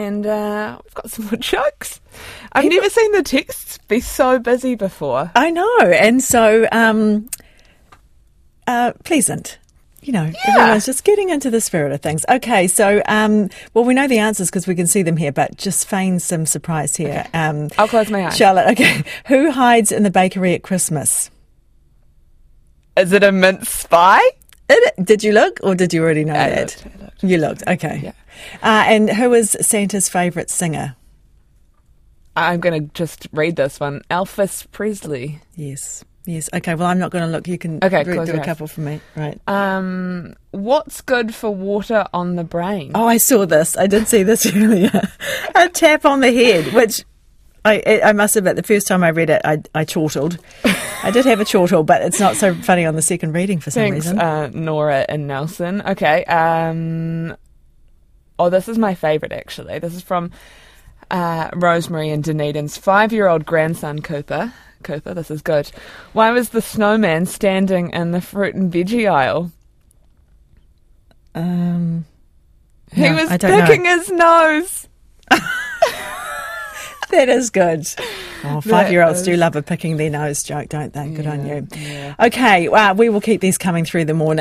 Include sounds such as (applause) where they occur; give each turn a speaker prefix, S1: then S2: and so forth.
S1: and uh, we've got some more (laughs) jokes. I've never seen the texts be so busy before.
S2: I know. And so, um, uh, pleasant. You know, everyone's just getting into the spirit of things. Okay, so, um, well, we know the answers because we can see them here, but just feign some surprise here. Um,
S1: I'll close my eyes.
S2: Charlotte, okay. (laughs) Who hides in the bakery at Christmas?
S1: Is it a mince spy?
S2: It, did you look or did you already know
S1: I
S2: that?
S1: looked, I looked.
S2: You looked, okay.
S1: Yeah.
S2: Uh, and who is Santa's favourite singer?
S1: I'm going to just read this one. Elvis Presley.
S2: Yes. Yes. Okay. Well, I'm not going to look. You can
S1: Okay,
S2: re-
S1: close
S2: do
S1: your
S2: a
S1: eyes.
S2: couple for me. Right.
S1: Um, what's good for water on the brain?
S2: Oh, I saw this. I did see this (laughs) earlier. a tap on the head, which I, I- I must admit, the first time I read it, I, I chortled. I did have a chortle, but it's not so funny on the second reading for some
S1: Thanks,
S2: reason.
S1: uh, Nora and Nelson. Okay. Um, oh, this is my favourite, actually. This is from uh, Rosemary and Dunedin's five year old grandson, Cooper. Cooper, this is good. Why was the snowman standing in the fruit and veggie aisle?
S2: um,
S1: He
S2: No,
S1: was
S2: I don't know.
S1: picking his nose.
S2: that is good. Oh, five year olds
S1: is-
S2: do love a picking their nose joke, don't they? Good on you.
S1: yeah.
S2: Okay. Well, we will keep these coming through the morning.